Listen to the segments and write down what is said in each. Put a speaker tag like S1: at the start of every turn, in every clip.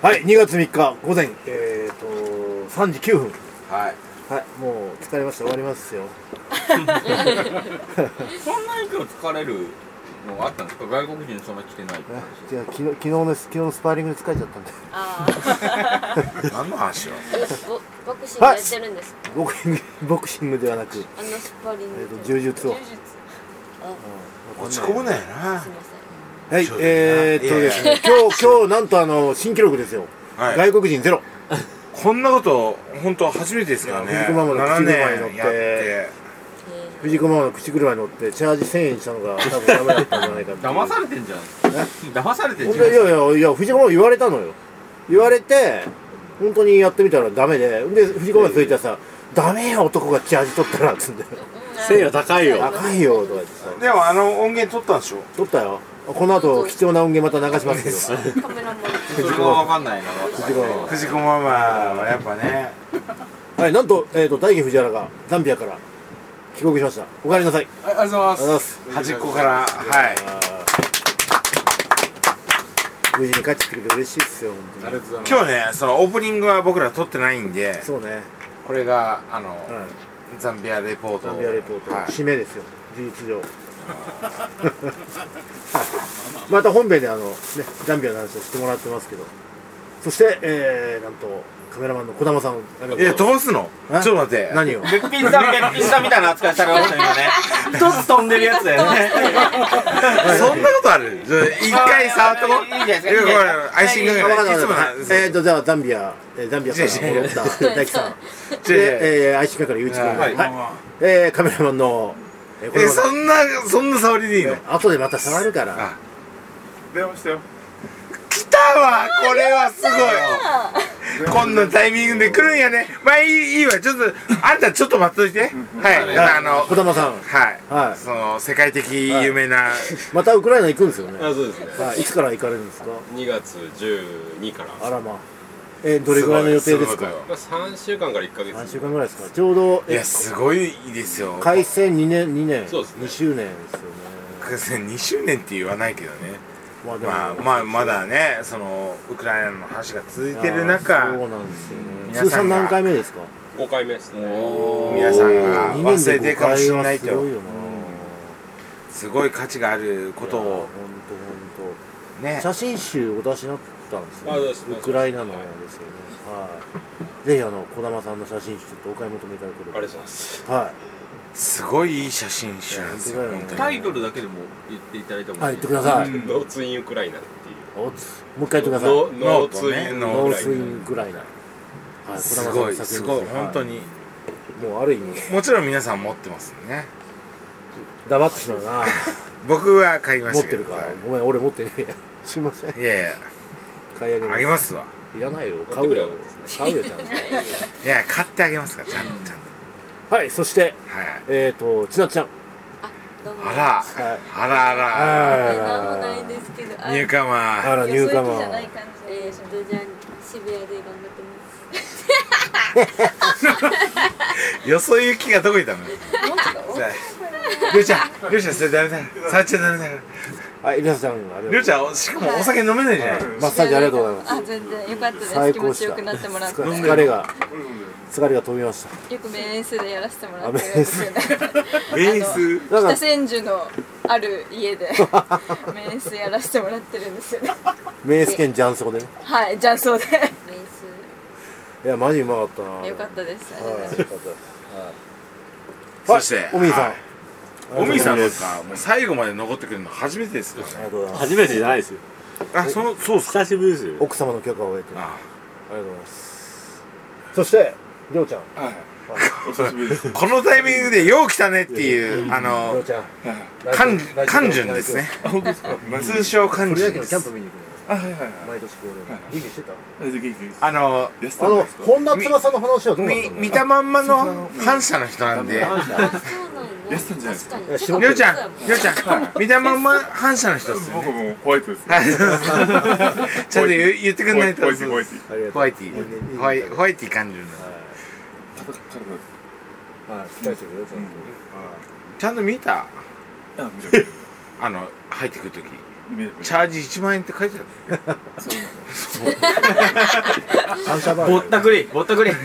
S1: はい、2月3日午前、えー、と3時9分、
S2: はい
S1: はい、もう疲れました、終わりますよ。
S2: そんなに今日疲れるのがあったんですか外国人そんな来てないって
S1: あじゃあ、昨日昨日の昨日のスパーリングで疲れちゃったんで、
S3: あ
S4: 何の話を
S3: あ、ボボクシングやってるんです。
S1: ボクシングボクシングではなく、え
S3: あのスパーリング。
S1: ー、と柔術を。
S3: あ、
S4: 落ち込むなよな
S3: すみません。
S1: はい
S4: そう、だよな
S1: えー、っとですね、今日、今日なんとあの新記録ですよ、
S4: はい
S1: 外国人ゼロ、
S4: こんなこと本当初めてですからね
S1: いや藤子ママの
S4: 7
S1: 口車に乗っ
S4: 年
S1: て
S4: やって
S1: 藤子ママの口車に乗って、チャージ1000円したのが、多分ダメだったんじゃないかっていう
S2: 騙されてんじゃん騙されてん
S1: 本
S2: じ
S1: 当
S2: ゃん
S1: にいやいやいや藤子ママ言われたのよ言われて本当にやってみたらダメでで藤子ママついてさ「ダメよ男がチャージ取ったら」っつ って
S5: せいや高い
S1: 「
S5: よ
S1: 高いよ」とか言ってさ
S4: でもあの音源取ったんでしょ
S1: 取ったよこの後貴重な音源また流しますけど
S3: カメラマン。
S2: それがわかんないな
S1: 藤子マ
S4: 藤子ママはやっぱね
S1: マ はいなんと,、えー、と大義藤原がザンビアから帰国しましたおかえりなさいあ
S2: ありがとうござい
S1: り
S2: ま
S1: がとうございます
S4: 端っこからは
S1: あ
S4: い
S1: ー無事に帰ってきてくれて嬉しいっすよ本当に
S2: とうございま
S4: 今日ねそのオープニングは僕ら撮ってないんで
S1: そうね、
S4: これがあの
S1: うん、
S4: ザンビアレポート
S1: ザンビアレポート、
S4: はい
S1: 締めですよ事実上 また本編であの、ね、ザンビアの話をしてもらってますけどそして、えー、なんとカメラマンの児玉さん
S4: え飛ばすのちょ
S1: え
S4: っと待って
S1: 何を
S2: べっぴんさんべっぴんさんみたいな扱いされ ました今ね一つ飛んでるやつだよね
S4: そんなことあるじゃあ一回触っとこ
S2: いいんじゃないですか
S4: いやこれアイシングだ
S1: あ
S4: か
S1: わかんな
S4: ら
S1: いい
S4: つも
S1: わか
S4: なん
S1: ないえーとじゃあザンビア、えーザンビアから戻った大樹さん
S4: 違う違う
S1: で、えー、愛知県からゆういち君、
S4: はい
S1: はいえー、カメラマンの、えー、
S4: え
S1: 児玉
S4: そんなそんな触りでいいの
S1: さん後でまた触るから
S4: あ
S6: 電話したよ
S4: 来たわこれはすごいこんなタイミングで来るんやねまあいいいいわちょっとあんたちょっと待っといてはいあの
S1: 児玉さん
S4: はい、
S1: はい
S4: その世界的有名な、
S1: またウクライナ行くんですよね、
S5: あそうですね
S1: はい、いつから行かれるんですか
S5: 2月12から
S1: あらまあえー、どれぐらいの予定です
S4: ご
S1: か
S4: いすごい
S5: まあ3週間から1ヶ月
S1: 何週間ぐらいですかちょうど
S4: い
S1: え
S4: やすごいですよ
S1: 開戦2年2年
S5: そうですね
S1: 2周年ですよね
S4: 2周年って言わないけどね
S1: まあでも
S4: まあまあまだねそのウクライナの話が続いてる
S1: あーそ
S4: 中
S1: うなんですよね
S4: 皆さん
S1: 通
S4: が
S1: 算何回目ですか
S5: 5回目ですね
S4: 皆さんが
S1: 2
S4: 忘れ
S1: 年
S4: て
S1: で
S4: る
S1: 5
S4: かもし
S1: 回
S4: れな
S1: はいすごいよ
S4: と
S1: な
S4: すごい価値があること
S1: いやほ
S4: を
S1: んとほん
S4: ね
S1: と写真集お出しになったんです
S5: あそう
S1: よ、
S5: で
S1: ね
S5: す、
S1: ウクライナのですよねはいぜひあの児玉さんの写真集ちょっとお買い求めいただけれ
S5: あ
S1: ば
S5: りがとうございます
S1: は
S4: すごいいい写真集なんですよ
S1: いや
S4: 本当に
S2: タイトルだけでも言っていただいても
S1: い、はい、言ってください、
S5: ノーツインウクライナっていう
S1: おつもう一回言ってください
S5: ノノーツイン
S4: ノ
S1: ノ
S5: ウク
S1: ー
S5: ライ
S1: スイ
S5: ナ
S1: ンぐらいな、はい、
S4: すごいすごい本当
S1: に、
S4: に、
S1: もうある意味
S4: もちろん皆さん持ってますね
S1: 黙ってしまうな
S4: 僕は買いま
S1: 持
S4: し
S1: ったて
S4: け
S1: る
S4: ど
S1: からごめん俺持ってねえやすいません
S4: いやいや
S1: 買い上げま
S4: あ
S1: す
S4: げますわ
S1: いらないよ買うよ買うよちゃんと
S4: いや買ってあげますからちゃんとちゃんと
S1: はいそして
S4: はい
S1: えっ、ー、とちなちゃん
S3: どうも。
S4: あら
S1: はい
S4: あらあら
S3: えなんもないんですけど。あ
S4: ニューカ
S1: あ
S4: マー
S1: ら
S7: い
S1: ニ
S7: や
S1: ューカマ
S7: そういう人じゃない
S1: ー
S7: 感じ
S3: えー、っとじゃあ渋谷で頑張ってます。
S4: よそ行きがどこ行ったのさありょうちゃんりょうちゃんそれダメだよ触っちゃダメだよ
S1: はい皆さんありがとうご
S4: り
S1: ざ
S4: ょ
S1: いう
S4: ちゃんしかもお酒飲めないじゃない
S1: ますマッサージありがとうございます
S7: あ全然よかったです
S1: 最
S7: 気
S1: 高
S7: 持
S1: で
S7: ち
S1: し
S7: よ
S1: た
S7: くなってもらって
S1: 疲疲れが疲れが飛びまし
S7: よくメンスでやらせても
S1: あ
S7: らって
S1: メンス
S4: ベース
S1: ただから
S7: 北千住のある 家でメンスやらせてもらってるんですよね
S1: 名ス兼雀荘でね
S7: はい雀荘で
S3: レー
S1: いやマジうまかったな
S7: よかったですありがとうございま
S1: はい
S7: す
S1: よかった
S4: そして
S1: おみーさん、
S4: はいおみさんですかもう最後まで残ってくるの初めてですか
S1: ありがとうございます
S5: 初めてじゃないですよ
S4: らねあそのそうっすか
S5: 久しぶりですよ
S1: 奥様の許可を得てあ
S4: あ
S1: りがとうございますそしてりょうちゃん
S6: お久しぶりです
S4: このタイミングでよう来たねっていうあ
S1: りょう
S4: の
S1: ちゃん
S4: 感感順ですね
S6: 本当ですかマジ
S4: 通称
S1: そ
S4: 感
S1: れだ
S4: 順
S1: け
S4: で
S1: のキャン
S4: す
S1: プ見に行くのよ
S6: あはいはいはい
S1: 毎年恒例の準備してた
S6: 大丈夫元気です
S4: あの
S6: やって
S1: あ
S6: たん
S1: の
S6: ですか
S1: 本田翼の話はどうなった
S4: み
S1: の
S4: 見たまんまの反射の人なんで
S3: ス。あ、そうなんだ。
S6: やってたんじゃないですか
S1: い
S3: 確
S1: や
S3: かに。
S4: りょうちゃんりょうちゃん見たまんま反射の人ですよ
S6: 僕
S4: ね
S6: もうホワイトです
S4: はいちゃんと言う言ってくん
S6: ホワ
S4: な
S6: イ
S4: い
S6: ト
S4: と
S6: ホワイトホワイト
S1: ありがとう
S4: ホワイティホワイホワイティ感順
S6: 叩くからです
S1: はい疲れてるよちゃんと
S4: ちゃんと見た
S6: あ見た
S4: あの入ってくる時
S6: イメージ
S4: チャージ1万円って書いてある
S6: そうなの
S1: 反射バ
S2: ぼ
S1: ー
S2: っ
S1: ジ
S2: たくり ぼったくり
S4: い や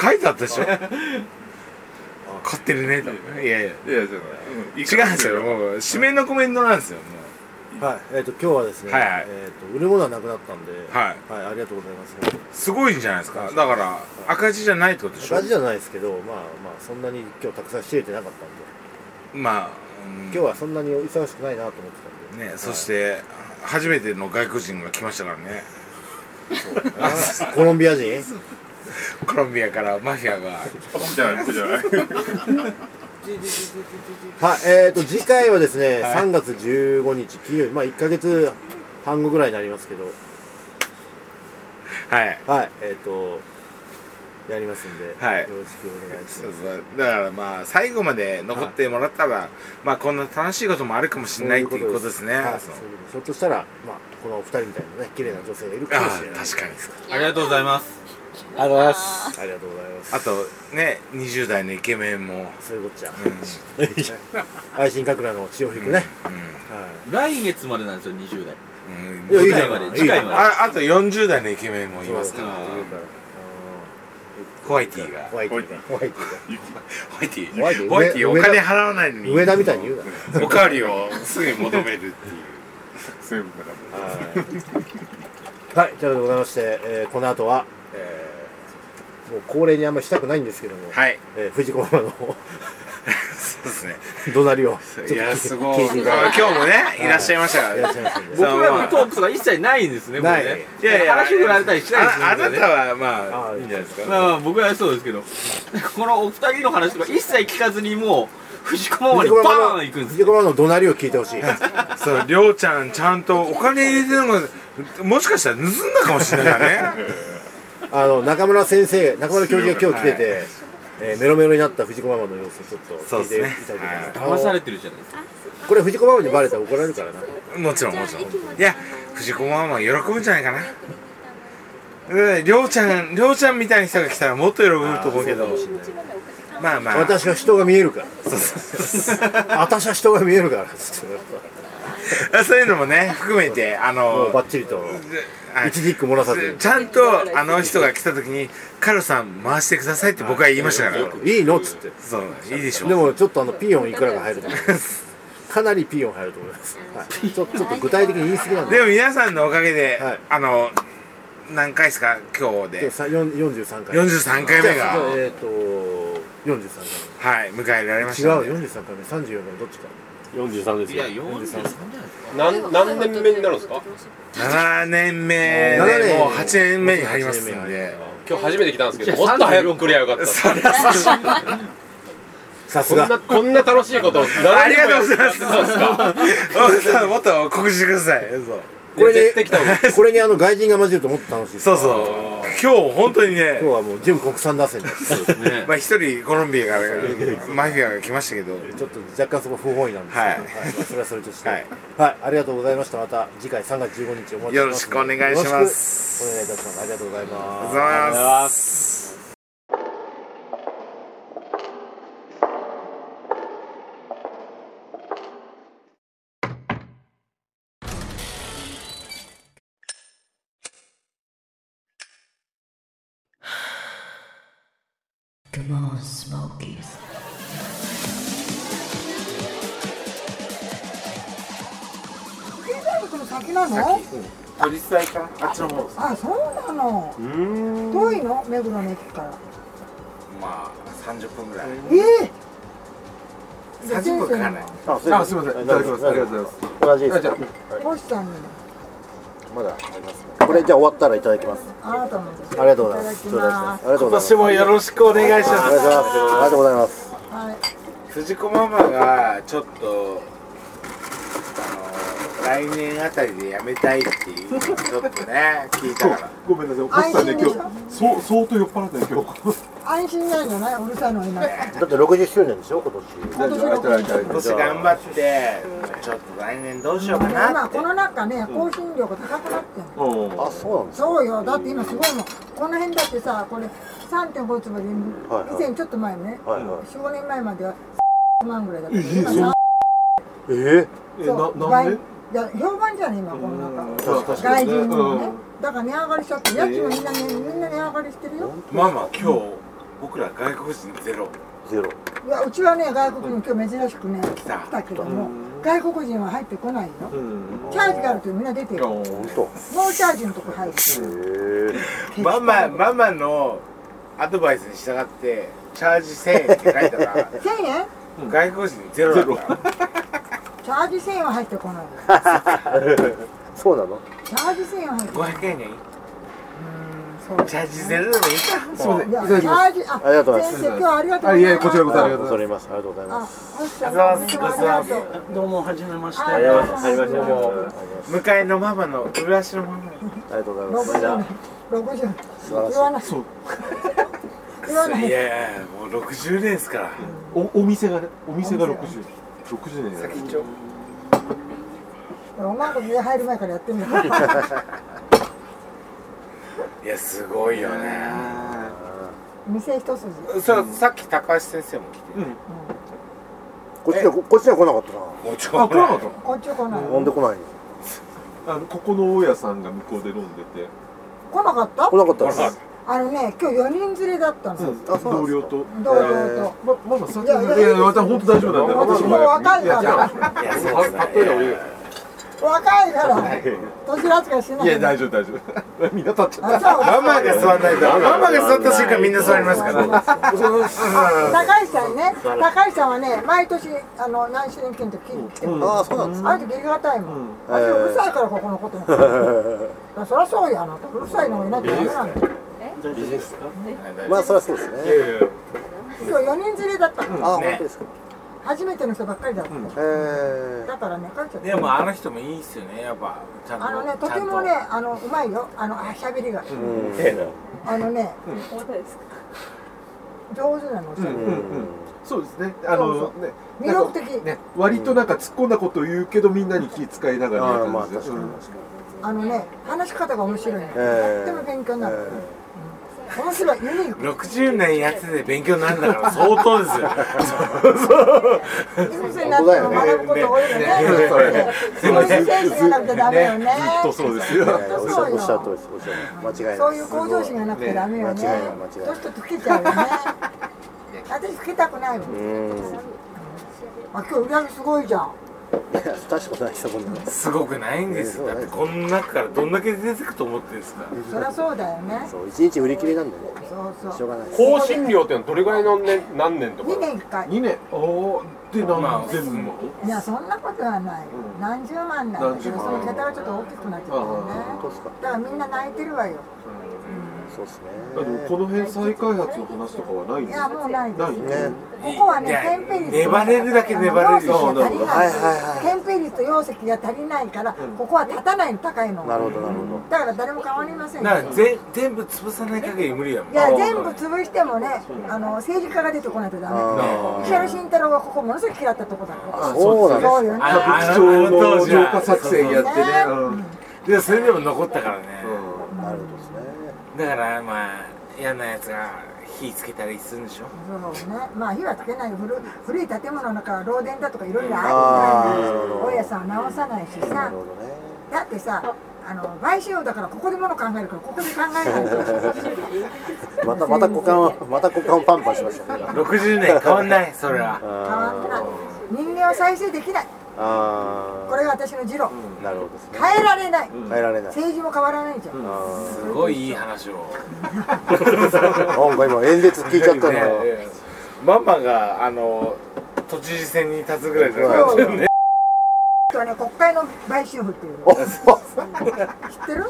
S4: 書いてあったでしょ買ってるねといやいや
S6: いやいやじゃ
S4: 違うんですよもう締めのコメントなんですよもう
S1: はいえっ、と今日はですね、
S4: はいはい
S1: えっ、と売るものはなくなったんで、
S4: はい
S1: ありがとうございます
S4: すごいんじゃないですかだから赤字じゃないってことでしょ
S1: 赤字じゃないですけどまあまあそんなに今日たくさん仕入れてなかったんで
S4: まあ、うん
S1: 今日はそんなに忙しくないなと思ってたんで
S4: ねそして、初めての外国人が来ましたからね
S1: はいあコロンビア人
S4: コロンビアからマフィ アが
S6: あじゃあじゃあ
S1: はい、えー、と次回はですね、3月15日金曜日、まあ、1か月半後ぐらいになりますけど、
S4: はい
S1: はい、えっ、と、やりますんで、
S4: はい
S1: よろしくお願いし
S4: そう
S1: ます。
S4: そうだからまあ最後まで残ってもらったら、まあこんな楽しいこともあるかもしれないっていうことですね
S1: はい
S4: そ
S1: そうういうことですひょっとしたら、まあ、このお二人みたいなね、綺麗な女性がいるかも
S4: あ
S1: しれない。
S4: あ確かに
S2: ありがとうございます
S1: ありがとうございます。ありがとうございます。
S4: あとね20代のイケメンも、
S1: そういうこっちゃ。
S4: うん
S1: 愛心かくらの血を引くね。
S2: 来月までなんですよ20代
S4: うん
S1: いやいいじゃん
S2: 次回まで次回まで
S4: ああと40代のイケメンもいます
S1: そう
S4: か
S1: い
S4: ら
S1: う
S2: あー
S1: から
S4: ホワイティが
S1: ホワイト。ホワイト。
S4: ホワイティ
S1: ホワイティ
S4: ホワイティお
S1: 上田
S4: 金払わないのに
S1: 上田みたいに言うな。
S4: おかわりをすぐに求めるっていう
S6: セーブだから
S1: はい、はい、ということでございまして、えーこの後は、えーもう恒例にあんまりしたくないんですけども、
S4: はい
S1: えー藤子ママの
S4: そうですね
S1: 怒鳴りをちょっと
S4: いやすごい
S1: 聞
S4: 今
S1: い
S4: 日
S1: て
S4: も
S1: いただいて
S4: ねいらっしゃいましたから
S1: い
S4: ね
S1: らっしゃいますんで
S4: そ
S2: 僕
S4: う
S2: らのトークとか一切ないんですね
S1: ない
S2: もうね
S4: いやいや
S2: 話振られたりしないです
S4: ああな
S2: ね
S4: たはま
S1: あ
S4: あ
S1: ー
S4: いいんじゃないです
S2: まあ
S4: か
S2: まあ僕はそうですけどこのお二人の話とか一切聞かずにもう藤子ママに
S1: 藤
S2: バ
S1: 子ママ
S2: ーン
S1: の
S2: 行くんです
S1: 藤子ママの怒鳴りを聞いてほしい
S4: そうりょうちゃんちゃんとお金入れてるのがもしかしたら盗んだかもしれないからね
S1: あの中村先生中村教授が今日来てて、えーメロメロになった藤子ママの様子をちょっと聞いていただきたいと思います
S2: 騙され
S1: て
S2: てるじゃないですか
S1: これ藤子ママにバレたら怒られるからな
S4: もちろんもちろんいや藤子ママ喜ぶんじゃないかな
S3: 早くできたな
S4: うんりょうちゃんりょうちゃんみたいな人が来たらもっと喜ぶと思うけど
S1: あーそうかもしれない
S4: まあまあ
S1: 私は人が見えるから私は人が見えるからつって
S4: そういうのもね含めてあ
S1: も
S4: の
S1: うバッチリと
S4: はい
S1: 一字一句漏らさず
S4: ちゃんとあの人が来た時に「カルロさん回してください」って僕は言いましたから
S1: いいのっつって
S4: そういいでしょ
S1: でもちょっとあのピーヨンいくらが入ると思いますかなりピーヨン入ると思います、はい、ちょちょっと具体的に言い過ぎなんで
S4: でも皆さんのおかげで、
S1: はい
S4: あの何回ですか今日
S1: で
S4: で
S1: さよん43回
S4: 43回目が
S1: じゃあえっ、と43
S4: はい迎えられまし
S1: 回
S4: た
S1: 目
S4: んで
S1: 違う43回目34回目どっちか
S5: 43です
S2: い
S5: よ
S2: や43じゃないですか
S5: 何何年目になるんですか
S4: 7年目
S1: 7
S4: で
S1: 年
S4: もう8年目に入ります
S1: 8
S4: ん
S1: 年目に入
S4: で
S1: る
S5: 今日初めて来たんですけ
S2: い
S5: ど
S2: や
S5: もっと早く来りゃよかった
S1: さす
S5: こんな
S1: が
S5: こんな楽しいこと
S4: あ
S5: あ
S4: りがとうございます
S5: そうですか
S4: そうもっと告知してくださいそう
S1: これ
S5: 絶対来た方がいい
S1: にこれにあの外人が混じるともっと楽しい
S4: そう
S1: う
S4: そう今日本当にね
S1: 今日はもう純国産打線です
S4: まあ一人コロンビアがマフィアが来ましたけど
S1: ちょっと若干そこ不本意なんですけど、
S4: は
S1: はいいまあそれはそれとして、
S4: は
S1: はいい、ありがとうございました。また次回3月15日お待ちしてますので
S4: よろしくお願いしま。す
S1: よろしくお願いいたします。ありがとうござい
S4: あり
S1: ま
S4: が
S1: す
S4: とう。ございます
S8: 先なの
S4: 実際かあっちの方
S8: あそうなの遠いの目黒の駅から
S4: まあ30分ぐらい
S8: ええ
S4: 30分かからない
S1: あ、すみません。いただきます。ありがとうございます。同じです。
S8: 星さんにも
S1: まだあります、これじゃあ終わったらいただきます。
S8: あなたのです
S1: ありがとうございます。
S8: いただきます
S1: ありがとうございます。
S4: もよろしくお願い
S1: お
S4: し
S1: 願いします。ありがとうございます。
S8: はい
S4: 藤子ママがちょっとあの来年あたりでやめたいっていうちょっと ね聞いたから
S6: ごめんなさい、お母さんね、今日、そう、相当酔っ払ったね、今日。
S8: 安心なんじゃないうるさいのはいないから
S1: だって60周年でしょ今年。
S6: 大丈夫、開いてる開いて
S4: 今
S6: る
S4: 年頑張ってちょっと来年どうしようかな
S8: 今
S4: って
S8: この中ね更新料が高くなってる
S6: うん
S1: あ、そうなんです。
S8: そうよだって今すごいもんこの辺だってさこれ3.5坪で
S1: はいはい
S8: 以前ちょっと前ね
S1: はいはい。
S8: 45年前までは万ぐらいだったけど今
S6: え
S8: さ
S1: え
S6: え
S8: そう
S6: な、なんで
S8: 倍いや評判じゃね今この中
S1: 確かに
S8: 外人にもね
S6: うん
S8: だから値上がりしちゃって家賃もみんなねみんな値上がりしてるよ
S4: ママ今日僕ら外国人ゼロ
S1: ゼロ
S8: いやうちはね外国人今日珍しくね来
S4: た
S8: たけども外国人は入ってこないよ
S6: うん
S8: チャージがあるとみんな出てるノ
S1: 本当
S8: ーチャージのとこ入る
S1: へえ
S4: ママママのアドバイスに従ってチャージ1000円って書いたら
S8: 1000円
S4: 外国人ゼロだった
S8: チャージ1000円は入ってこないよ
S1: そうなの
S8: チャージ1000円は入ってこない
S4: 500円がいいう
S8: ーんそう
S4: チャージゼロでもいいか
S6: すいません
S8: い
S6: いた
S8: や
S6: だ
S8: チャ
S6: きます
S8: ージあ
S1: ありがとうございます
S8: 先生今日はありがと
S6: あ
S8: うございます
S6: いえこちらこそありがとうございます
S1: 恐れ入りますありがとうございます
S8: あよっしゃ
S4: ざいます
S8: どうもありがとう
S9: どうも、はじめまして。
S8: ありがとうございます
S4: 向かいのママの浦島ママ
S1: ありがとうございますじゃあ
S8: 60六十
S1: 素晴らしい
S8: 言わない言わないい
S4: やいやいやもう60年ですから
S6: おお店がねお店が60 60年や
S4: 先っちょ
S8: お前こ家入る前からやって みよう
S4: いやすごいよね
S8: 店一筋
S4: そうさっき高橋先生も来て
S1: こっちにはこっちには来なかったな
S4: もうち
S6: あ来なかった
S8: こっち来ない
S1: なんで来ないの
S6: あのここの大家さんが向こうで飲んでて
S8: 来なかった
S1: 来なかったです
S8: あのね今日四人連れだったの
S1: あそうなん
S6: 同
S1: ですか
S6: 僚と
S8: 同僚と
S6: まママさっき
S8: いやいや
S6: いやいやまた本当大丈夫なんだよ
S8: 私もう若いから
S4: いやそうですね
S8: 若いから年扱いしないい
S6: や大丈夫大丈夫みんな立っちゃった
S8: あじゃあ
S4: ママが座んないとママが座った瞬間みんな座りますから
S8: 高橋さんね高橋さんはね毎年あの何周年記念の時来てくれる
S1: ああそうなんです
S8: あの時ありがたいもん
S1: え
S8: あうる
S1: ー
S8: さいからここのことなんだよいやそりゃそうよあなたうるさいのがいなきゃダメなんだよ
S1: まあそりゃそうですね
S8: 今日4人連れだったの、
S1: あ本当ですか
S8: 初めての人ばっかりだった、
S1: えー
S8: だからね帰っちゃった
S4: でもあの人もいいっすよねやっぱちゃんと
S8: あのねとてもねあのうまいよあのあしゃべりが、
S1: うん
S8: あのね
S7: 重たいですか
S8: 上手なの、
S6: うんうんうんそうですねあ
S8: そ
S6: の
S8: う
S6: ね
S8: 魅力的
S6: ね割となんか突っ込んだことを言うけどみんなに気遣いながら
S1: あ
S6: や
S1: あ
S6: る
S1: まあ
S6: 感じで
S1: 確かに
S6: うん
S1: 確かに
S8: あのね話し方が面白いの、
S1: え
S8: とっても
S1: ー
S8: 勉強になる、
S1: え
S8: 面白いユニーク
S4: 60年やってて勉強になるんだから相当ですよ
S8: 先生になっても学ぶこと多いよねそういう精神がなくてダメよね
S6: とそうですよ
S1: ーおっしゃおっしゃるとりですおっしゃる間違いない
S8: そういう向上心がなくてダメよね
S1: 間違いない間違いない
S8: 年とつけちゃうよね私つけたくないもん、
S1: うん
S8: あ今日売り上げすごいじゃん
S1: いや大したことないですよこんなの
S4: すごくないんですよだってこの中からどんだけ出てくと思ってるんですか
S8: そりゃそうだよね
S1: そう一日売り切りなんでね
S8: そう
S1: し
S8: そ
S1: ょ
S8: う
S1: うがないです
S5: 香辛料ってのはどれぐらいの年何年とか
S8: 2年1回
S6: 2年ああで何千も
S8: いやそんなことはない、
S6: うん
S8: 何十万なんだけど
S6: 何十
S8: そ
S6: 万
S8: の桁がちょっと大きくなっちゃったよね
S6: ああ
S1: 本当ですか
S8: だからみんな泣いてるわよ
S1: そうですね
S6: あのこの辺再開発の話とかはないん
S8: い
S6: です
S8: や
S6: か
S8: もうないです
S6: ない
S1: ね
S8: ここはね
S4: いや
S8: 憲兵率
S4: 粘れるだけ粘れる
S8: あの容積が
S1: はい
S8: 足りない
S1: はいはい
S8: 憲兵率と容積が足りないから
S6: ん
S8: ここは立たないの高いの
S1: なるほどなるほど
S8: だから誰も変わりません
S4: だ
S8: よ
S4: からぜ全部潰さない限り無理やもん
S8: いや全部潰してもねあの政治家が出てこないとダ
S1: あ
S8: メ
S1: あ
S8: 石原慎太郎はここものすごく嫌ったとこだから
S1: そうなんです
S8: そうよね
S4: あ
S6: 貴
S4: の
S6: 重
S4: あの
S6: の
S4: 当時は
S6: 浄化作戦やってねうんうん
S4: でそれでも残ったからね、
S1: なるほどですね
S4: だからまあ嫌なやつが火つけたりするんでしょ
S8: そうね、まあ火はつけない古い古い建物の中は漏電だとかいろいろ
S1: あ
S8: あ
S1: ー
S8: る
S1: な
S8: か
S1: るほ
S8: ら
S1: ど
S8: 大家さんは直さないし
S1: な
S8: さ
S1: るほどね
S8: だってさあの買収だからここでもの考えるからここで考えないと
S1: またまた股間を また股間をパンパンしましたね
S4: 60年変わんないそれは
S1: 変
S8: 変わんない人間は再生できない
S1: あー
S8: これが私の持論
S1: なるほどですね
S8: 変えられない
S1: 変えられない
S8: 政治も変わらないじゃん
S1: あ
S4: すごいいい話を
S1: ーなんか今演説聞いちゃ ったのよ
S4: ママがあの都知事選に立つぐらいだから
S8: そうよとはね国会の買収婦っていうの
S1: おそう
S8: 知ってる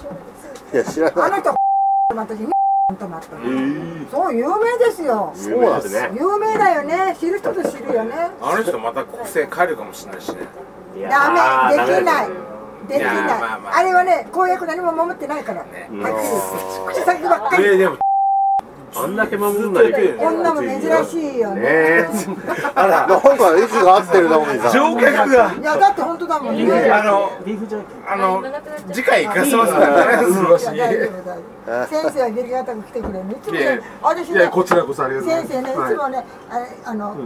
S1: いや知らな
S8: あ
S1: い
S8: の人とまったしとまったのそう有名ですよ
S1: そうなんですね
S8: 有名だよね知る人ぞ知るよね
S4: あの人また国政変えるかもしれないしね
S8: ダメできないできな
S4: い
S8: い
S4: やーまあまあ
S8: あれはね公約何も守ってないからねはっきり言って口先ばっか
S4: え
S8: り
S4: ーでも
S5: あんだけ守んないで
S8: 女も珍しいよね
S1: あらなんか息が合ってるなおみさん
S4: 乗客が
S8: いやだって本当だもんねいや
S4: あの
S9: ビーフジャーキー。
S4: あ
S3: あ
S4: の
S3: 今なくなっちゃった
S4: 次回行かせますからね
S8: 大丈夫大丈夫先生はギリガタく来てくれるいつも
S6: いやいや
S8: ね私
S6: い
S8: ね
S6: やこちらこそありがとうござい
S8: 先
S6: ます
S8: 生ねい
S6: は
S8: つもねあれあの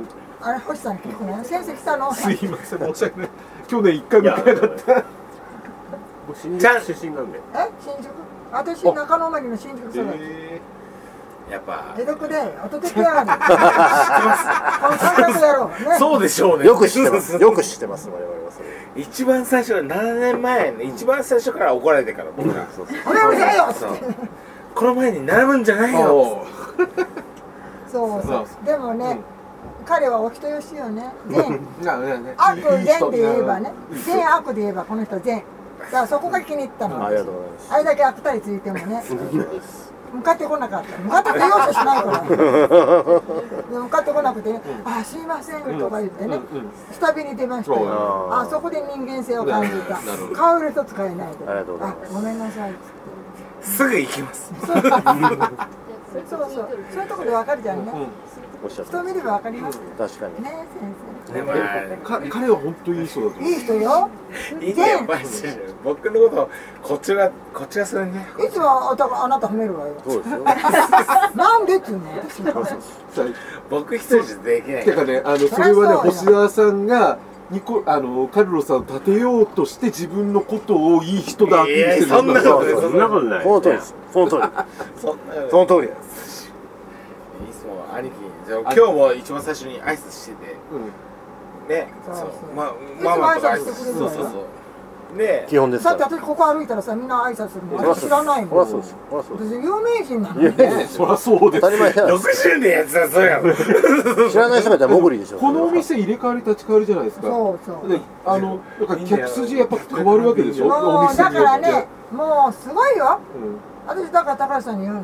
S8: あれ星さん来てくれる先生来たの
S6: すいません申し訳ない去年一回も行けなかった
S5: 僕新
S4: じゃあ
S5: 宿出身なんで
S8: え新宿私中野生まれの新宿育ち
S2: やっぱ
S8: 江戸区で後出来やがるこの三角やろうね
S4: そうでし ょうね
S1: よく知ってますよく知ってます我々はそれ
S4: 一番最初は7年前ね一番最初から怒られてから僕ら
S8: これうるさいよっつって
S4: この前に並ぶんじゃないよ
S8: そうそうでもね、彼はお人よしよね善悪
S6: 悪
S8: 善で言えばね善悪で言えばこの人善だからそこが気に入ったの
S1: ありがとうございます
S8: あれだけ悪態ついてもね向かってこなかった向かってこようとしないからで向かってこなくてね「あすいません」とか言ってね下火に出ましたよ
S1: うん
S8: あそこで人間性を感じた
S5: なるほど
S8: 顔色一つ変えないで
S1: ありがとうございます
S8: あごめんなさいっつって
S4: すぐ行きます
S8: そうそう
S3: そう
S8: そ
S3: そう
S8: そうそういうとこでわかるじゃんね
S1: おっしゃって
S8: 人
S1: ま
S8: 見ればわかりますよ
S1: す確かに
S8: ね先
S4: でも
S6: か彼は本当にいい人だと思
S8: 生いい人よ
S4: いいねやっぱり僕のことこっちがこっちがするね
S8: いつもあたあなた褒めるわよ
S1: そうですよ
S8: なんでっつうの私が
S6: う
S4: 僕一人じゃできない
S6: てかねあのそれはね星沢さんがニコあのカルロさんを立てようとして自分のことをいい人だアピールしてる
S4: いやいやそんなことない
S6: そう
S5: そんなことない
S1: その通りですその通り
S4: そんな
S1: その通りです
S4: いつも兄貴じゃあ今日も一番最初に挨拶してて
S6: うん
S4: ね
S8: そうそう
S4: ま
S8: つも
S4: ママとか挨
S8: 挨拶
S4: 拶
S8: し
S4: してて
S8: くれ
S4: そう
S8: るのよ
S4: そうそうね
S1: 基本です
S8: だ
S1: か
S8: って
S1: ら
S8: 私ここ歩いたらさみんな挨拶するもん
S1: そりゃ
S8: 私
S1: そうです
S8: 知らない
S1: そり
S8: も
S1: ゃ
S8: ん
S1: そうですそりゃそうで
S8: 私
S1: す
S8: 有名人なの
S1: いやいやい
S8: ね
S1: や
S6: そりゃそうで
S1: 当たり前
S6: す
S1: じゃないです
S4: 60年やつだそうや ろ
S1: か知らない人がいたら潜りでしょ
S6: このお店入れ替わり立ち替わりじゃないですか
S8: そうそう
S6: であのだから客筋やっぱ変わるわけでしょお
S8: もう
S6: 店
S8: だ
S6: に
S8: か
S6: よ
S8: ら
S6: って
S8: ねもうすごいよ
S6: うん
S8: 私だから高橋さんに言うの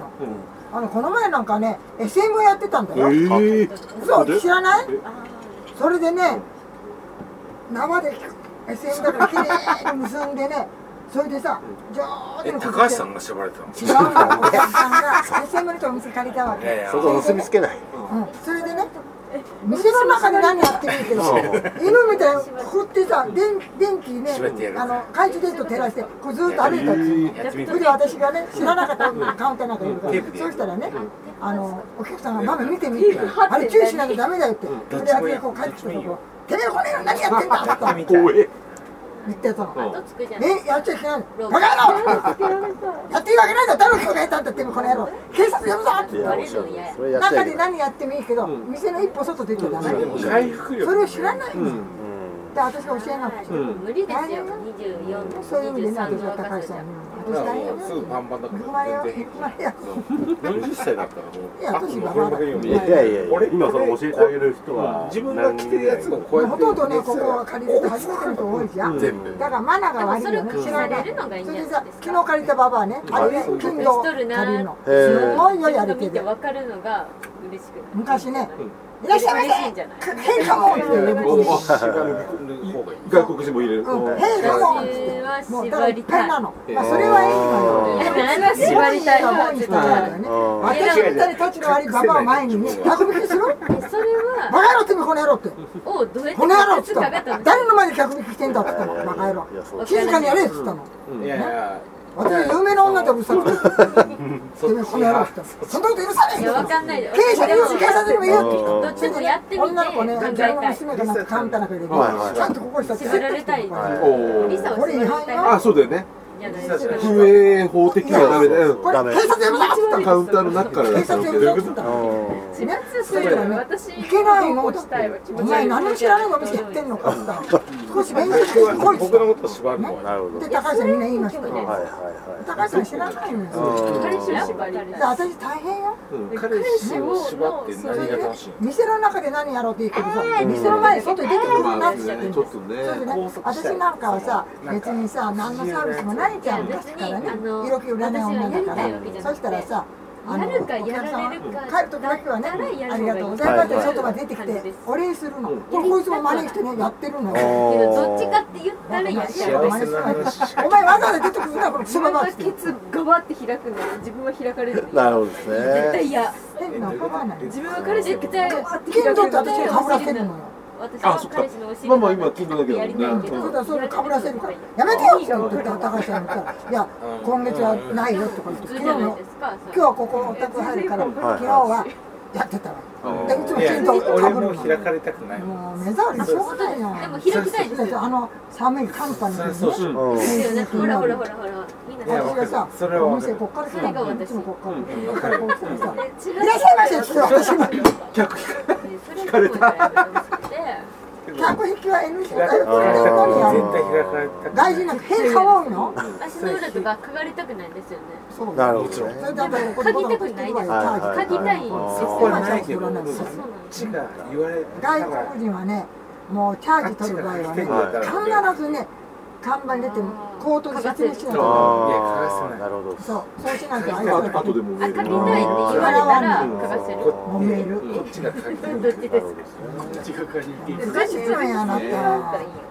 S8: あのこの前なんかね SM をやってたんだよ
S6: ええ
S8: そう知らない
S6: え
S8: それでね生で SM だから綺麗に結んでね それでさ上手
S4: え
S8: に
S4: 高橋さんが縛られたの
S8: 違うのお客さんが SM の人お店借りたわ
S4: いやい
S8: け
S4: や
S1: そこ結びつけない
S8: うんそれでね店の中で何やってるけど犬みたいにこってさ電電気ね
S4: 閉めてやる
S8: あの懐中電灯照らしてこうずーっと歩いたんですよ
S4: やってみ
S8: そ
S4: て
S8: れで私がね知らなかった女のカウンターなんかいるから
S4: テープで
S8: そうしたらねあのお客さんが「ママ見て見てあれ注意しないとダメだよ」ってそれで私がこう帰ってきたとこ「てめえこれ何やってんだ」って
S6: 怖え
S8: 言ってたの。
S3: 後つくじゃない
S8: ね、やっちゃいけないの。バカ野郎 やっていいわけないだろ、誰の許可がやったんだって、この野郎。警察呼ぶぞ
S1: いや
S3: バ
S1: 面
S3: レる
S1: 白
S3: の
S1: い
S3: 嫌
S1: で
S3: や
S1: すそれやっちゃ
S8: 中
S1: いけ
S8: で
S1: ない
S8: 何やってもいいけど、
S6: ん
S8: 店の一歩外出ちゃダメ。
S4: でも回復力
S8: それを知らない
S6: うん
S8: の。で、私が教えなくて。
S6: うん
S3: 無理ですよ24の
S8: そういう意味でね、私
S3: 23の
S8: は
S3: 若
S8: 高
S3: さじ
S8: 橋さ
S3: ゃ
S4: だからもう
S8: んに。私大変だ
S4: す
S8: よ
S4: ぐ。パンパンだから
S8: 生まれよ、生まれよ。
S5: 40歳だったらも
S8: いや、私ババアだよ。
S1: いやいやいや
S5: う今その教えてあげる人は
S4: 自分が着てるやつをこうや
S8: ほ
S4: って
S8: とんどね、ここは借りると初めての人多いじゃん。
S4: 全部
S8: だからマナーが悪いよね、
S3: それ
S8: 知らな
S3: 隠されるのがいい
S8: い。
S3: んじゃないで
S8: それで
S3: す
S8: さ
S3: か、
S8: 昨日借りたババアね、あれね、金土借りるの。
S1: へー
S8: すごいよ、やり手
S3: 見
S8: で
S3: て。分かるのが嬉しくない
S8: 昔ねいらっ
S3: 嬉
S8: しゃいま
S3: しい
S8: せ
S3: んじゃない
S8: 変かもって言 う
S6: おお
S4: 縛る方がいい
S6: 外国人も入れる
S8: うん、変かもって
S3: 私は
S8: もうだから
S3: 縛
S8: いっ
S3: り
S8: ぱ
S3: た
S8: い
S3: い
S8: なの、まあ、それはいいのよ
S3: 何は縛りたい
S8: の
S3: の
S8: いい
S3: 絶
S8: 人なんだ
S3: 対
S8: よね
S1: あ
S8: 私みたいに立ちの悪いババアを前にね逆引きする
S3: それ
S8: バ
S3: は
S8: カ野郎ってめえこの野郎って
S3: をどうやって
S8: この野郎っつっ
S3: つ
S8: た
S3: かがった
S8: の
S3: のか
S8: 誰の前で逆引きしてんだっつったのバカ野郎
S1: いやそうです
S8: 静かにやれっつったの
S4: いやいや
S8: 私は有名な女とうるさくててめえこの野郎っつったのそんなこと許さねえ
S3: い
S8: よ
S3: や分かんないで
S8: 経営者にも警察にも言うって
S1: うん
S3: どっちもやってみて
S8: 女の子ね、
S3: 考え
S8: 自分の
S3: たい
S8: 娘がなんかカウンターなんか入れて、
S1: はいはい
S8: ちゃんとここにしたって
S3: 縛られたい
S1: はい
S6: お
S3: リサを
S8: こ
S3: 縛
S8: れ
S3: り
S8: 違反
S3: たい
S8: よ
S6: あそうだよね
S3: じゃないですか
S6: 不衛法的にはダメだよ
S8: これ
S1: ダメ
S8: 警察呼ぶぞっつったの
S6: カウンターの中から
S8: 警
S6: 出した
S8: 察
S6: わけ
S8: 呼ぶ
S6: で
S8: ぞっつったの
S1: うん
S8: ね、そういうのね、
S7: 私
S8: いけないの
S7: したいわ気持
S8: お
S7: ち悪い
S8: 前何も知らないの店やってんの かさ、少し勉強してこいっつっ
S4: 僕のことを縛るのは
S1: なるほど
S8: で、高橋さんみんな言いました
S1: はいはい
S8: よ。
S1: は
S8: 高橋さん知らないのよ。
S1: い
S7: 彼氏
S1: う
S7: を
S1: ん
S7: 縛りたい
S8: で、私大変よ。
S4: 彼氏を縛って何が楽しいの
S8: 店の中で何やろうって言うけどさ、店の前に外に出てくるなって言ってん
S6: ちょっ
S8: の
S6: と
S8: それで
S6: ね
S8: ね、私なんかはさ、別にさ、何のサービスもないじゃん、昔からね、色気売らない女だから。そしたらさ、あの、
S3: やるか
S8: お
S3: や
S8: 客さん
S3: ら
S8: は
S3: れるか
S8: 帰る時だけはね、ありがとうございますって外が出てきて、お礼するの。これこいつも招いてね、やってるのよ。
S3: けど
S1: お
S3: どっちかって言ったらやりたい
S4: 幸せな話
S8: お前わざわざ出てくるな、このクソ
S7: 自
S8: バ
S7: 分
S8: バア
S7: が
S8: っつって
S7: ケ。ツガバって開くのに自分は開かれるの
S1: ーなるほどです
S7: 絶対
S1: ね
S7: 嫌
S8: 変な怒らない。
S7: 自分は彼氏絶対
S8: 剣道って私にかぶらせるのよ。
S3: 私
S6: あ
S3: は
S6: そっか
S3: 彼氏のお尻
S6: まあまあ今金土だけどね
S3: やりたいけ
S8: そう
S3: ど
S8: だ、それかぶらせるから、やめてよって言ってた高橋さんに言ったら、いや、今月はないよとか言っ
S3: 普
S8: て、
S3: 通じゃ
S8: 昨日
S3: ない
S8: の
S3: で、すか
S8: 今日はここお宅入るから、昨日はやってたわ
S5: うん
S8: でいつも
S2: い
S8: 金
S2: や
S8: とか
S2: 俺
S8: ぶる
S2: も
S8: の
S2: 開かれたくない
S8: もう目障りしょうがないやん
S3: でも開きたいですよ
S8: あの寒い寒波の時
S2: そうそ
S8: に
S2: う
S8: ね
S1: うん
S3: ですよねほらほらほらほらみんな
S8: 私がさ
S2: それは
S8: お
S2: わかる
S8: 店こっから来た
S3: それが
S8: の
S3: 私
S8: いつもこっから
S3: うん
S8: こっからこう来てさ
S3: え違う
S8: いらっしゃいませって言って私に
S6: 客
S3: それが問題が大きくて
S8: 客引きは NC
S2: 開か
S8: だ
S2: れ
S8: よ
S2: たく
S8: これ
S2: ない
S8: で
S2: 絶対開かれた
S8: 何やるの
S2: くない
S8: 大事な変化多いの
S3: 足の裏とか嗅がれたくないんですよね
S8: そう
S1: なるほどね
S8: それでやっぱりここでボタボタしてるわよ
S1: はいはい
S8: チャ
S3: 嗅ぎ
S8: ージ
S3: たいんです
S2: そ
S3: よ
S2: こはないけど
S8: そうなん
S3: そ
S8: で
S3: う
S8: すよ
S3: なんです
S2: ちが言われ
S8: 外国人はねもうチャージ取る場合はね必ずね看板に出て口頭で説明しないと
S1: ああなるほど
S8: そうそうしないとあいつ
S6: あ
S8: ら
S6: あとでも
S3: あ
S6: メ
S3: 嗅ぎたいって言
S6: ール
S3: われたら嗅がせる
S8: 揉める
S2: こっちが書いて
S3: どっちですか
S8: 昔いつもやなった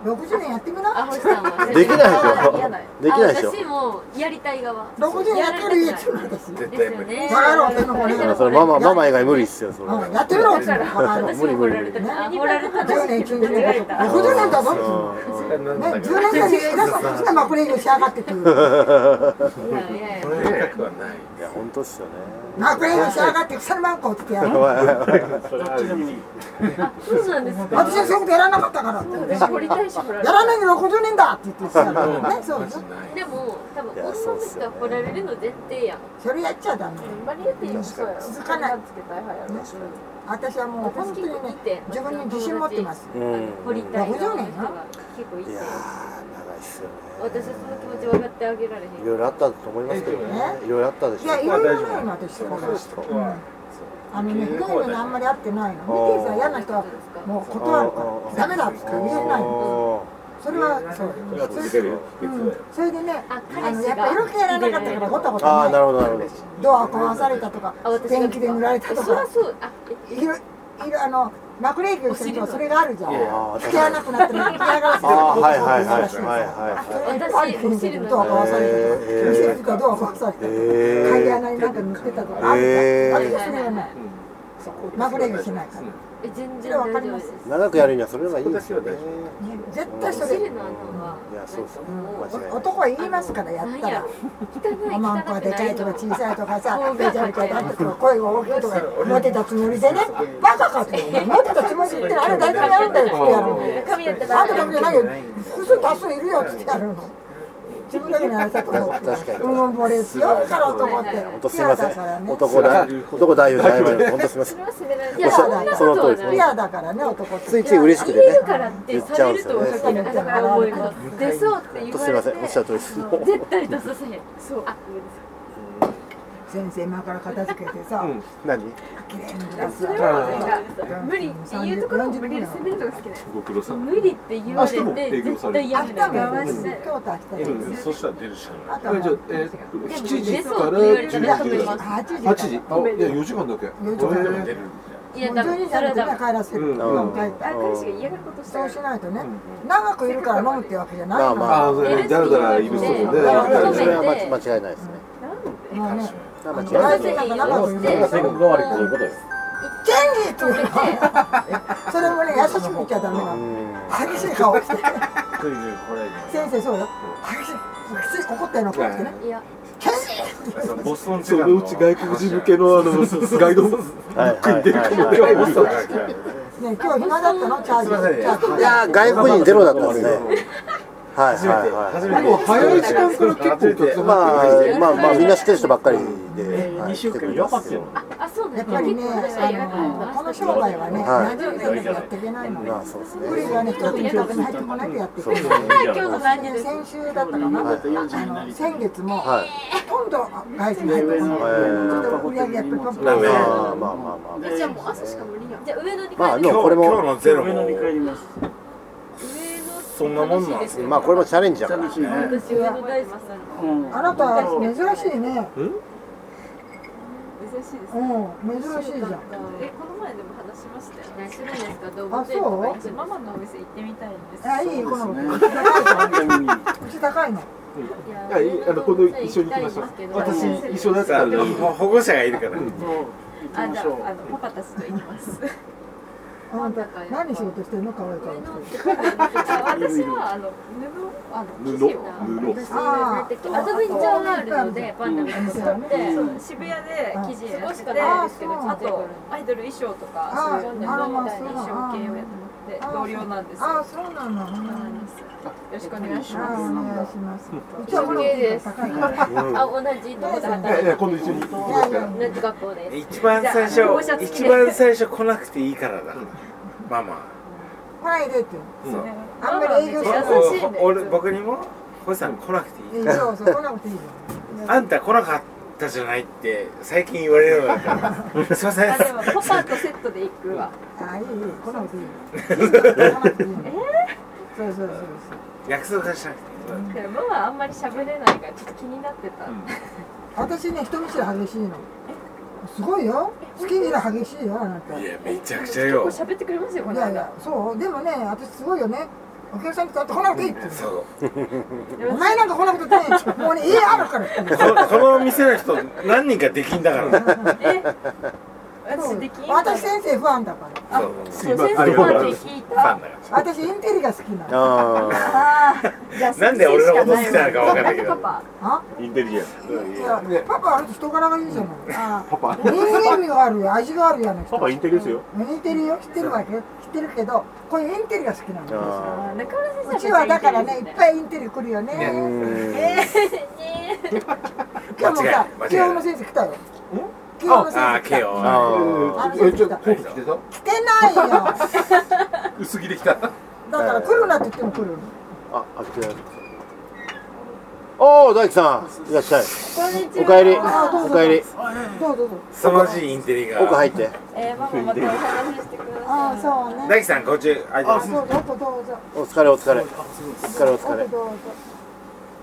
S8: 60年やってみ
S3: あ
S8: な
S3: 星さんは
S1: できないでしょ
S3: 嫌だよ
S1: できないでしょ
S3: あ私もやりたい側
S8: 60年やってる家って言うですね
S3: ですよね
S8: バカ野郎ってのもね
S1: だからそれママママ以外無理っすよそれ
S8: うんやってみろって言う
S3: だ
S8: の
S3: から
S8: バカ野
S3: 私
S8: 郎
S3: も掘られたあ掘られた
S8: 10年90
S3: 間違えた
S8: 年60年だぞ
S1: う
S8: ね10年間に皆さんそしたらマクレール仕上がってくる
S3: いやいやいや
S2: これ書くはない
S1: んいや本当っすよね
S8: マクレール仕上がって腐るまんこってやる
S3: そうなんですか
S8: 私はそういうことやらなかったからって
S3: 私掘りたいし掘られた
S8: やら
S3: い
S8: ないで60年だって言ってさ、ね、そうでしょ
S3: でも多分女の人は掘られるの絶対やん
S8: それやっちゃダメ。
S7: 続
S8: かない
S7: つけたい早い
S8: 私はもう本当にね、自分に自信持ってます。
S1: うん
S3: 掘りたい
S8: 60
S3: 側の
S8: 年
S3: 人が結構いて
S1: いやー長いっすよね
S3: 私はその気持ち分かってあげられへん
S1: いろいろあったと思いますけどねいろいろあったでし
S8: い
S1: ょ
S8: や、いろいろないの、私、これ。あのね、こういうのにあんまり合ってないの。見てさ、嫌な人は、もう断るから、ダメだって言えないの。それは、そう。それで、うん、それでね、あの、やっぱ色気やらなかったから、ごたご
S1: ああ
S8: た
S1: ーな
S8: な
S1: るほどな
S8: い。
S1: るほど
S8: ドア壊されたとか
S3: あ、私が
S8: 電気で塗られたと
S3: そりゃ
S8: か、
S3: そうあ
S8: いろ、いろ、あの、マクレールしてると、それがあるじゃん。
S1: あー
S8: 付き合わなくなって、付き合がらせ
S1: ああはいはいはいはいはいはい
S3: 私お汁の
S8: ドア壊されたとか、
S1: えー
S8: 店に行ったらドア壊されたとか、
S1: えー
S8: 鍵穴になんか塗ってたとかある
S1: えー
S8: から、私はそれはない。マグレグしないから、ね、
S3: え全然大丈夫です
S1: 長くやるにはそれがいいですよね
S8: 絶対そ
S3: お
S8: れ
S3: 汁、の穴は
S1: 間違いない
S8: お男は言いますから、やったら。おまんこはでかいとか小さいとかさ、べちゃべちゃだったとか、声が大きいとか、モテたつもりでね、バカかと思う、モテたつもりで言ってあれ大体やるんだよってやるの。
S7: 髪やって
S8: あ
S7: なん
S8: ただけじゃないよ、複数多数いるよってやるの。自分だけにやらせたと思って、
S1: 確かに
S8: うん、漏れ強いからと思って、
S1: 本当すいませ
S8: ピアだから
S1: ん
S8: ね。
S1: 男だ男代表じゃない の本当すいません
S3: いやそんなことは
S1: その通
S3: な
S1: り
S8: ピ
S3: い
S8: アだからね、男って。
S1: ついつい嬉しくて
S3: 言える
S1: ね
S3: からってされると分かるだから思います出そうって
S1: 本
S3: 言
S1: 当
S3: わ
S1: すい
S3: れ
S1: ま
S3: て
S1: せんおっしゃる通りです
S3: 絶対出させへんそうあごめんなさい
S8: 先生、今から片付けてさ、
S1: 何
S8: 綺麗に出す
S7: それはなんか無理っていうところも無理で攻めるのが好きな
S6: ご苦労さん
S3: 無理って言われて絶対
S8: 明
S3: やめな
S8: 日
S3: い
S8: も今日と明日
S6: そしたら出るしか
S8: あと
S6: じゃあ、え
S3: でも
S6: ー、7時
S3: 出そ
S6: か
S3: う
S6: ら
S3: って言われたら
S6: 19
S3: 止
S6: 時
S3: め
S6: だ
S3: ます
S8: 8時
S6: 8時あ、いや、4時間だけ
S8: 4時間だけ
S6: えー
S3: い
S8: も
S3: や
S8: う
S3: だ
S8: 12時
S3: めそ
S8: じゃな
S3: れ
S8: く
S3: は
S8: て
S3: ダメ
S8: 帰らせる
S6: うん
S8: もう帰った
S7: あ彼氏が嫌がることした
S8: そう
S7: ら
S8: しないとね長くいるから飲むってわけじゃない
S1: まあ
S8: の
S1: ま
S6: あ
S1: あ
S6: ー、それだらだらいる人で、
S1: それ
S8: や
S6: だらだら
S1: は間違いないですね
S8: もうね
S1: 間違いない
S8: 大
S1: です
S8: 勢
S1: ね
S8: なんか長くいるから
S5: 性格が悪いってどういうことよ
S8: チェンジって言うのそれもね優しく言っちゃダメなの激しい顔して先生そうよ激しい激しい怒ってるの顔してね
S3: いや
S8: チェンジ
S2: ボストン
S6: そのうち外国人向けのあのガイドブックに出るかも
S1: はいはいは
S6: 今日も
S1: い
S6: さ
S8: ね今日暇だったのチャージ
S2: すいません
S8: チャー
S1: い
S8: ジ
S1: やー外国人ゼロだったんですねはいはいは
S2: 初めて
S6: でも早い時間から結構お客
S1: い
S6: 様
S1: ま
S6: 入って
S1: あまあまあみんな知ってる人ばっかりで
S5: 二週間やばっよ
S3: あそうなん
S8: やっ
S3: だ
S8: ぱりね、
S3: 結
S8: あ
S3: 構
S8: のこの商売はね、70年でやっていけないので、
S1: まあそうですね
S8: 無理がね、一つに曲に入ってこないとやっていけない。
S3: 今日の何人です
S8: 先週だったかな、あの先月も、
S1: はい
S8: ほとんど外人入ってこない、ちょっと売り上げやっぱりトップなんで、
S1: まあまあまあまあ
S7: じゃあもう朝しか無理やん
S3: じゃあ上野に帰って
S1: まあでもこれ
S2: 今日
S1: も
S2: のゼロも
S3: そんなもんなんです
S1: まあこれもチャレンジだから
S3: 私上野大好きなの
S8: あなた珍しいね、
S7: 珍しいです
S8: うん、珍しいじゃん。
S7: えこの前でも話しましたよ
S3: 何するんですか動物
S8: あ、
S3: 園とか行
S8: そ
S3: く
S8: う？
S7: ママのお店行ってみたいんです
S8: あ、いいこの口高いの。口高いの。
S3: いや
S6: あいいあの今度一緒に行きましょう私一緒だったら
S2: 保護者がいるから
S7: あじゃああのパパたちと行きます
S8: あんた何仕事してるの可愛いか
S3: 布
S8: ら
S3: って書いてあるんですよ私はあの布あの生地を
S6: 布布
S3: ア
S8: あ
S3: ドベンチャーワールドでパンダみたいなの作って
S7: そう渋谷で生地やってて
S8: あ
S7: あ
S8: そうなんだ
S7: とアイドル衣装とか
S8: あ
S7: そういう
S8: あら
S7: の
S8: ま
S7: み
S8: あ
S7: たいな衣装系をやって
S8: あ
S7: 同僚なんですよ
S8: ああ
S7: よ
S8: そうなのあ
S7: ろしくお願いし
S8: あお
S7: ます
S8: 願いしますうちは
S3: 尊敬です
S8: 高いから
S3: あ同じとこで
S6: いやい
S3: 働い
S6: や
S3: て
S6: 今度一緒に行
S8: い
S6: きま
S8: や
S6: すか
S8: いや
S6: ら
S3: 同じ学校です
S4: 一番最
S3: じ
S4: 初
S3: ゃあ放射付き
S4: 一
S3: で
S4: 番最初来なくていいからだママ
S8: 来ないでってあ
S7: あ
S8: ん
S7: ん
S8: ま
S7: ま
S8: り
S7: り
S8: 営
S7: 営
S8: 業
S7: 業
S8: しな
S7: 優しいんだよ
S4: 俺僕にも星さん来なくていい
S8: いいそうそう来なくていいよ
S4: あんた来なかったじゃないって最近言われるのだから すいません
S7: あでもポパとセットで行くわ
S8: ああいいいい来なくていいよ来なくていいよそうそうそうそう
S4: 約束はしなくていい
S7: でもママあんまり喋れないからちょっと気になってた
S8: 私ね人見知り激しいのすごいよ好きにな激しいよあなた
S4: い
S8: い
S4: やめちゃくちゃよ
S7: 結構喋ってくれますよこの
S8: やい
S7: 間
S8: やそうでもね私すごいよねお客さんと会って来なくていいって言うの
S4: そう
S8: お前なんか来なくていいもうね家あるからって言うの
S4: このこの店の人何人かできんだから
S7: え私できん
S8: 私先生不安だから
S4: そう
S7: そう先生もあって聞い
S4: ファ
S7: た
S4: ンだか
S8: 私インテリが好きなの
S5: あ
S7: あーじゃあ
S4: らなんで俺のこと好きなのかわかんないけど
S7: パパ
S8: あ
S5: あ、インテリジェン
S8: いやパパあれ人柄がいいじゃないあパパ人間味があるよ味があるやない
S5: パパインテリですよ。
S8: インテリよ知ってるわけよ知ってるけどこういうインテリが好きなの
S5: あ
S7: 中村先生
S8: うちはだ からねいっ
S7: い
S8: ぱいインテリ来るよね
S5: ー
S8: 今日もさ
S4: 間違いない
S8: 慶応の先生来たよ慶応の
S4: ああ慶
S8: 先生来た
S4: 応
S5: あ
S8: あの
S6: えじゃあコート着てた
S8: 来てな いよだか
S6: 薄着できた
S8: ら来るなって言っても来るの
S5: あ、あ、開けてない。おお、大樹さん、いらっしゃい。おかえり、
S8: あどう
S5: お
S8: ぞ
S5: かえり、
S8: どうぞどうぞ
S4: 凄まじいインテリが
S5: 奥入って。
S7: えーママまたお話ししてくだ
S8: ああ
S7: さい
S8: そうね
S4: 大樹さんこっちあ
S8: あそうどうぞどうぞ
S5: お疲れ、お疲れ。お疲れ、お疲
S8: どう
S5: れ
S8: ぞ。どうぞ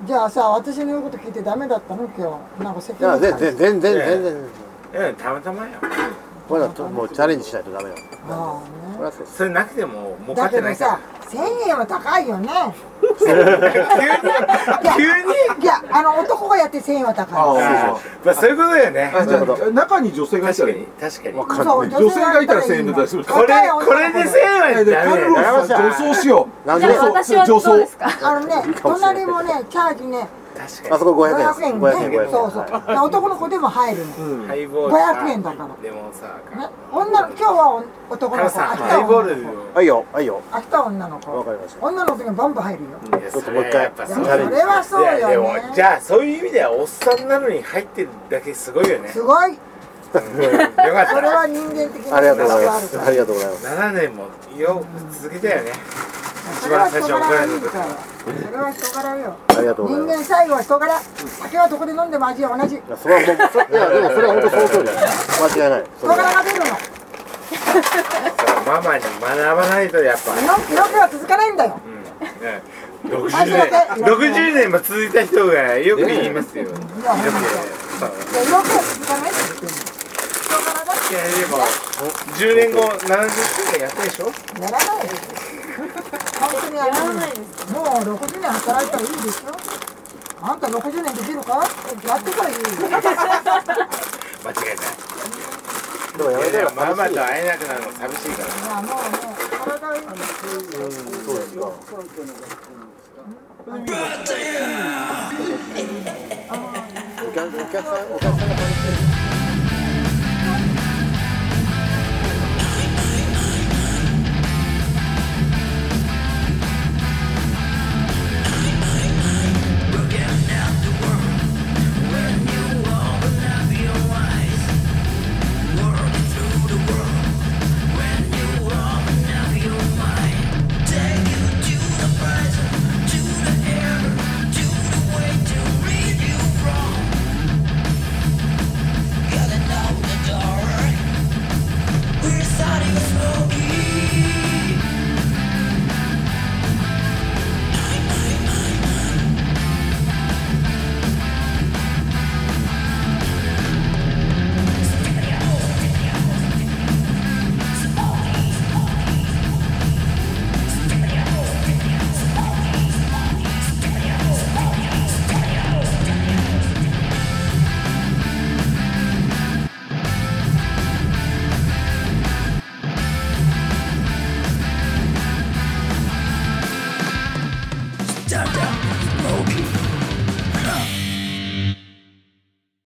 S8: じゃあさ私の言うこと聞いてダメだったの今日なんか責
S5: いや、
S8: 任
S5: 全
S8: 感じ
S5: 然、全然、全然。
S4: うんたまたまよ
S5: これはともうチャレンジしないとダメよ。
S8: まあね
S5: これはそうです
S4: それなくても儲か
S8: だ
S4: って
S8: け
S4: な
S8: ど
S4: いか
S8: さ、1000円は高いよね。
S4: ら急に
S8: いや、あの男がやって1000円は高い。
S4: あーまあそういうことだよね
S6: あじゃあ中に女性がいた
S4: 確か
S6: らいい
S4: に確かに
S5: わ
S4: こ
S5: かん
S8: そ
S5: な
S8: う
S5: い。
S6: 女性がいたら1000円で出しま
S8: こ
S4: れこれで1000円はダメ
S6: でカル
S4: だよ
S6: ロスさん女装しよう
S5: なん
S7: じ
S5: で
S7: ゃあ私はどうですか
S8: あのね、隣もね、チャージね、
S4: 確
S5: あ
S4: か
S5: そこ500円です
S8: 500。円
S5: 500円、
S8: ね。そうそう。
S5: 500円。
S8: 男の子でも入るの。ね、
S4: にハイボール
S8: 500円だから
S4: でもさ
S8: 女の今日は男
S4: カ
S8: の
S4: ラ
S8: 子、
S4: さん
S8: 明日
S4: ハイ
S8: は
S4: ボー
S8: 女
S4: ル
S8: の子。
S5: はいよ、はいよ。
S8: 明日は女の
S5: わ
S8: 子。
S5: かりました。
S8: 女の子がバンバン入るよ。
S4: いや
S5: ちょっと
S4: そ
S5: もう
S4: れ
S5: 一
S4: は
S5: 回
S4: やっぱ
S5: チ
S4: そう
S5: ャレ
S8: そ
S5: ン
S8: れ
S5: ジ。
S8: はそう
S4: いやでも
S8: よ
S4: じ
S8: ね。
S4: ゃあそういう意味ではおっさんなのに入ってるだけすごいよね
S8: すご
S4: う
S8: い。
S4: んよかっ
S8: それ
S4: た
S8: は人間的な
S5: ありがとう
S8: 力
S5: ございま
S8: がある
S5: す。
S8: か
S5: ありがとうございます。
S4: 7年もよう続けたよね
S8: ら。それは人柄がいいから。それは人柄よ。
S5: ありがとうございます。
S8: 人間最後は人柄。酒はどこで飲んでも味は同じ。
S5: いや、それはもう、そいや、でもそれは本当その通りだよ。間違いない。そ
S8: 人
S5: れ
S8: 柄
S5: は
S8: が出る
S4: そ
S8: の。
S4: うママに学ばないとやっぱ
S8: 記録は続かないんだよ。
S4: うんうん60
S8: あすいません
S4: 年60年も続いた人がよく言いますよ。
S8: いや、本当に。
S4: そう
S8: いや記録は続かないって言ってんの。人柄だっ
S4: いやでも10年後70周年やったでしょ
S8: てやらないよ。本当にやらないです。もう60年働いたらいいでしょ。あんた60年できるかやって から言うよ。
S4: 間違いない
S5: でもやめ
S4: い
S5: た
S4: や
S5: ら
S4: でもママと会えなくなるの寂しいから
S8: いや、もうね、体はいいの。
S5: そうですか。お客お客さん、お客さんが。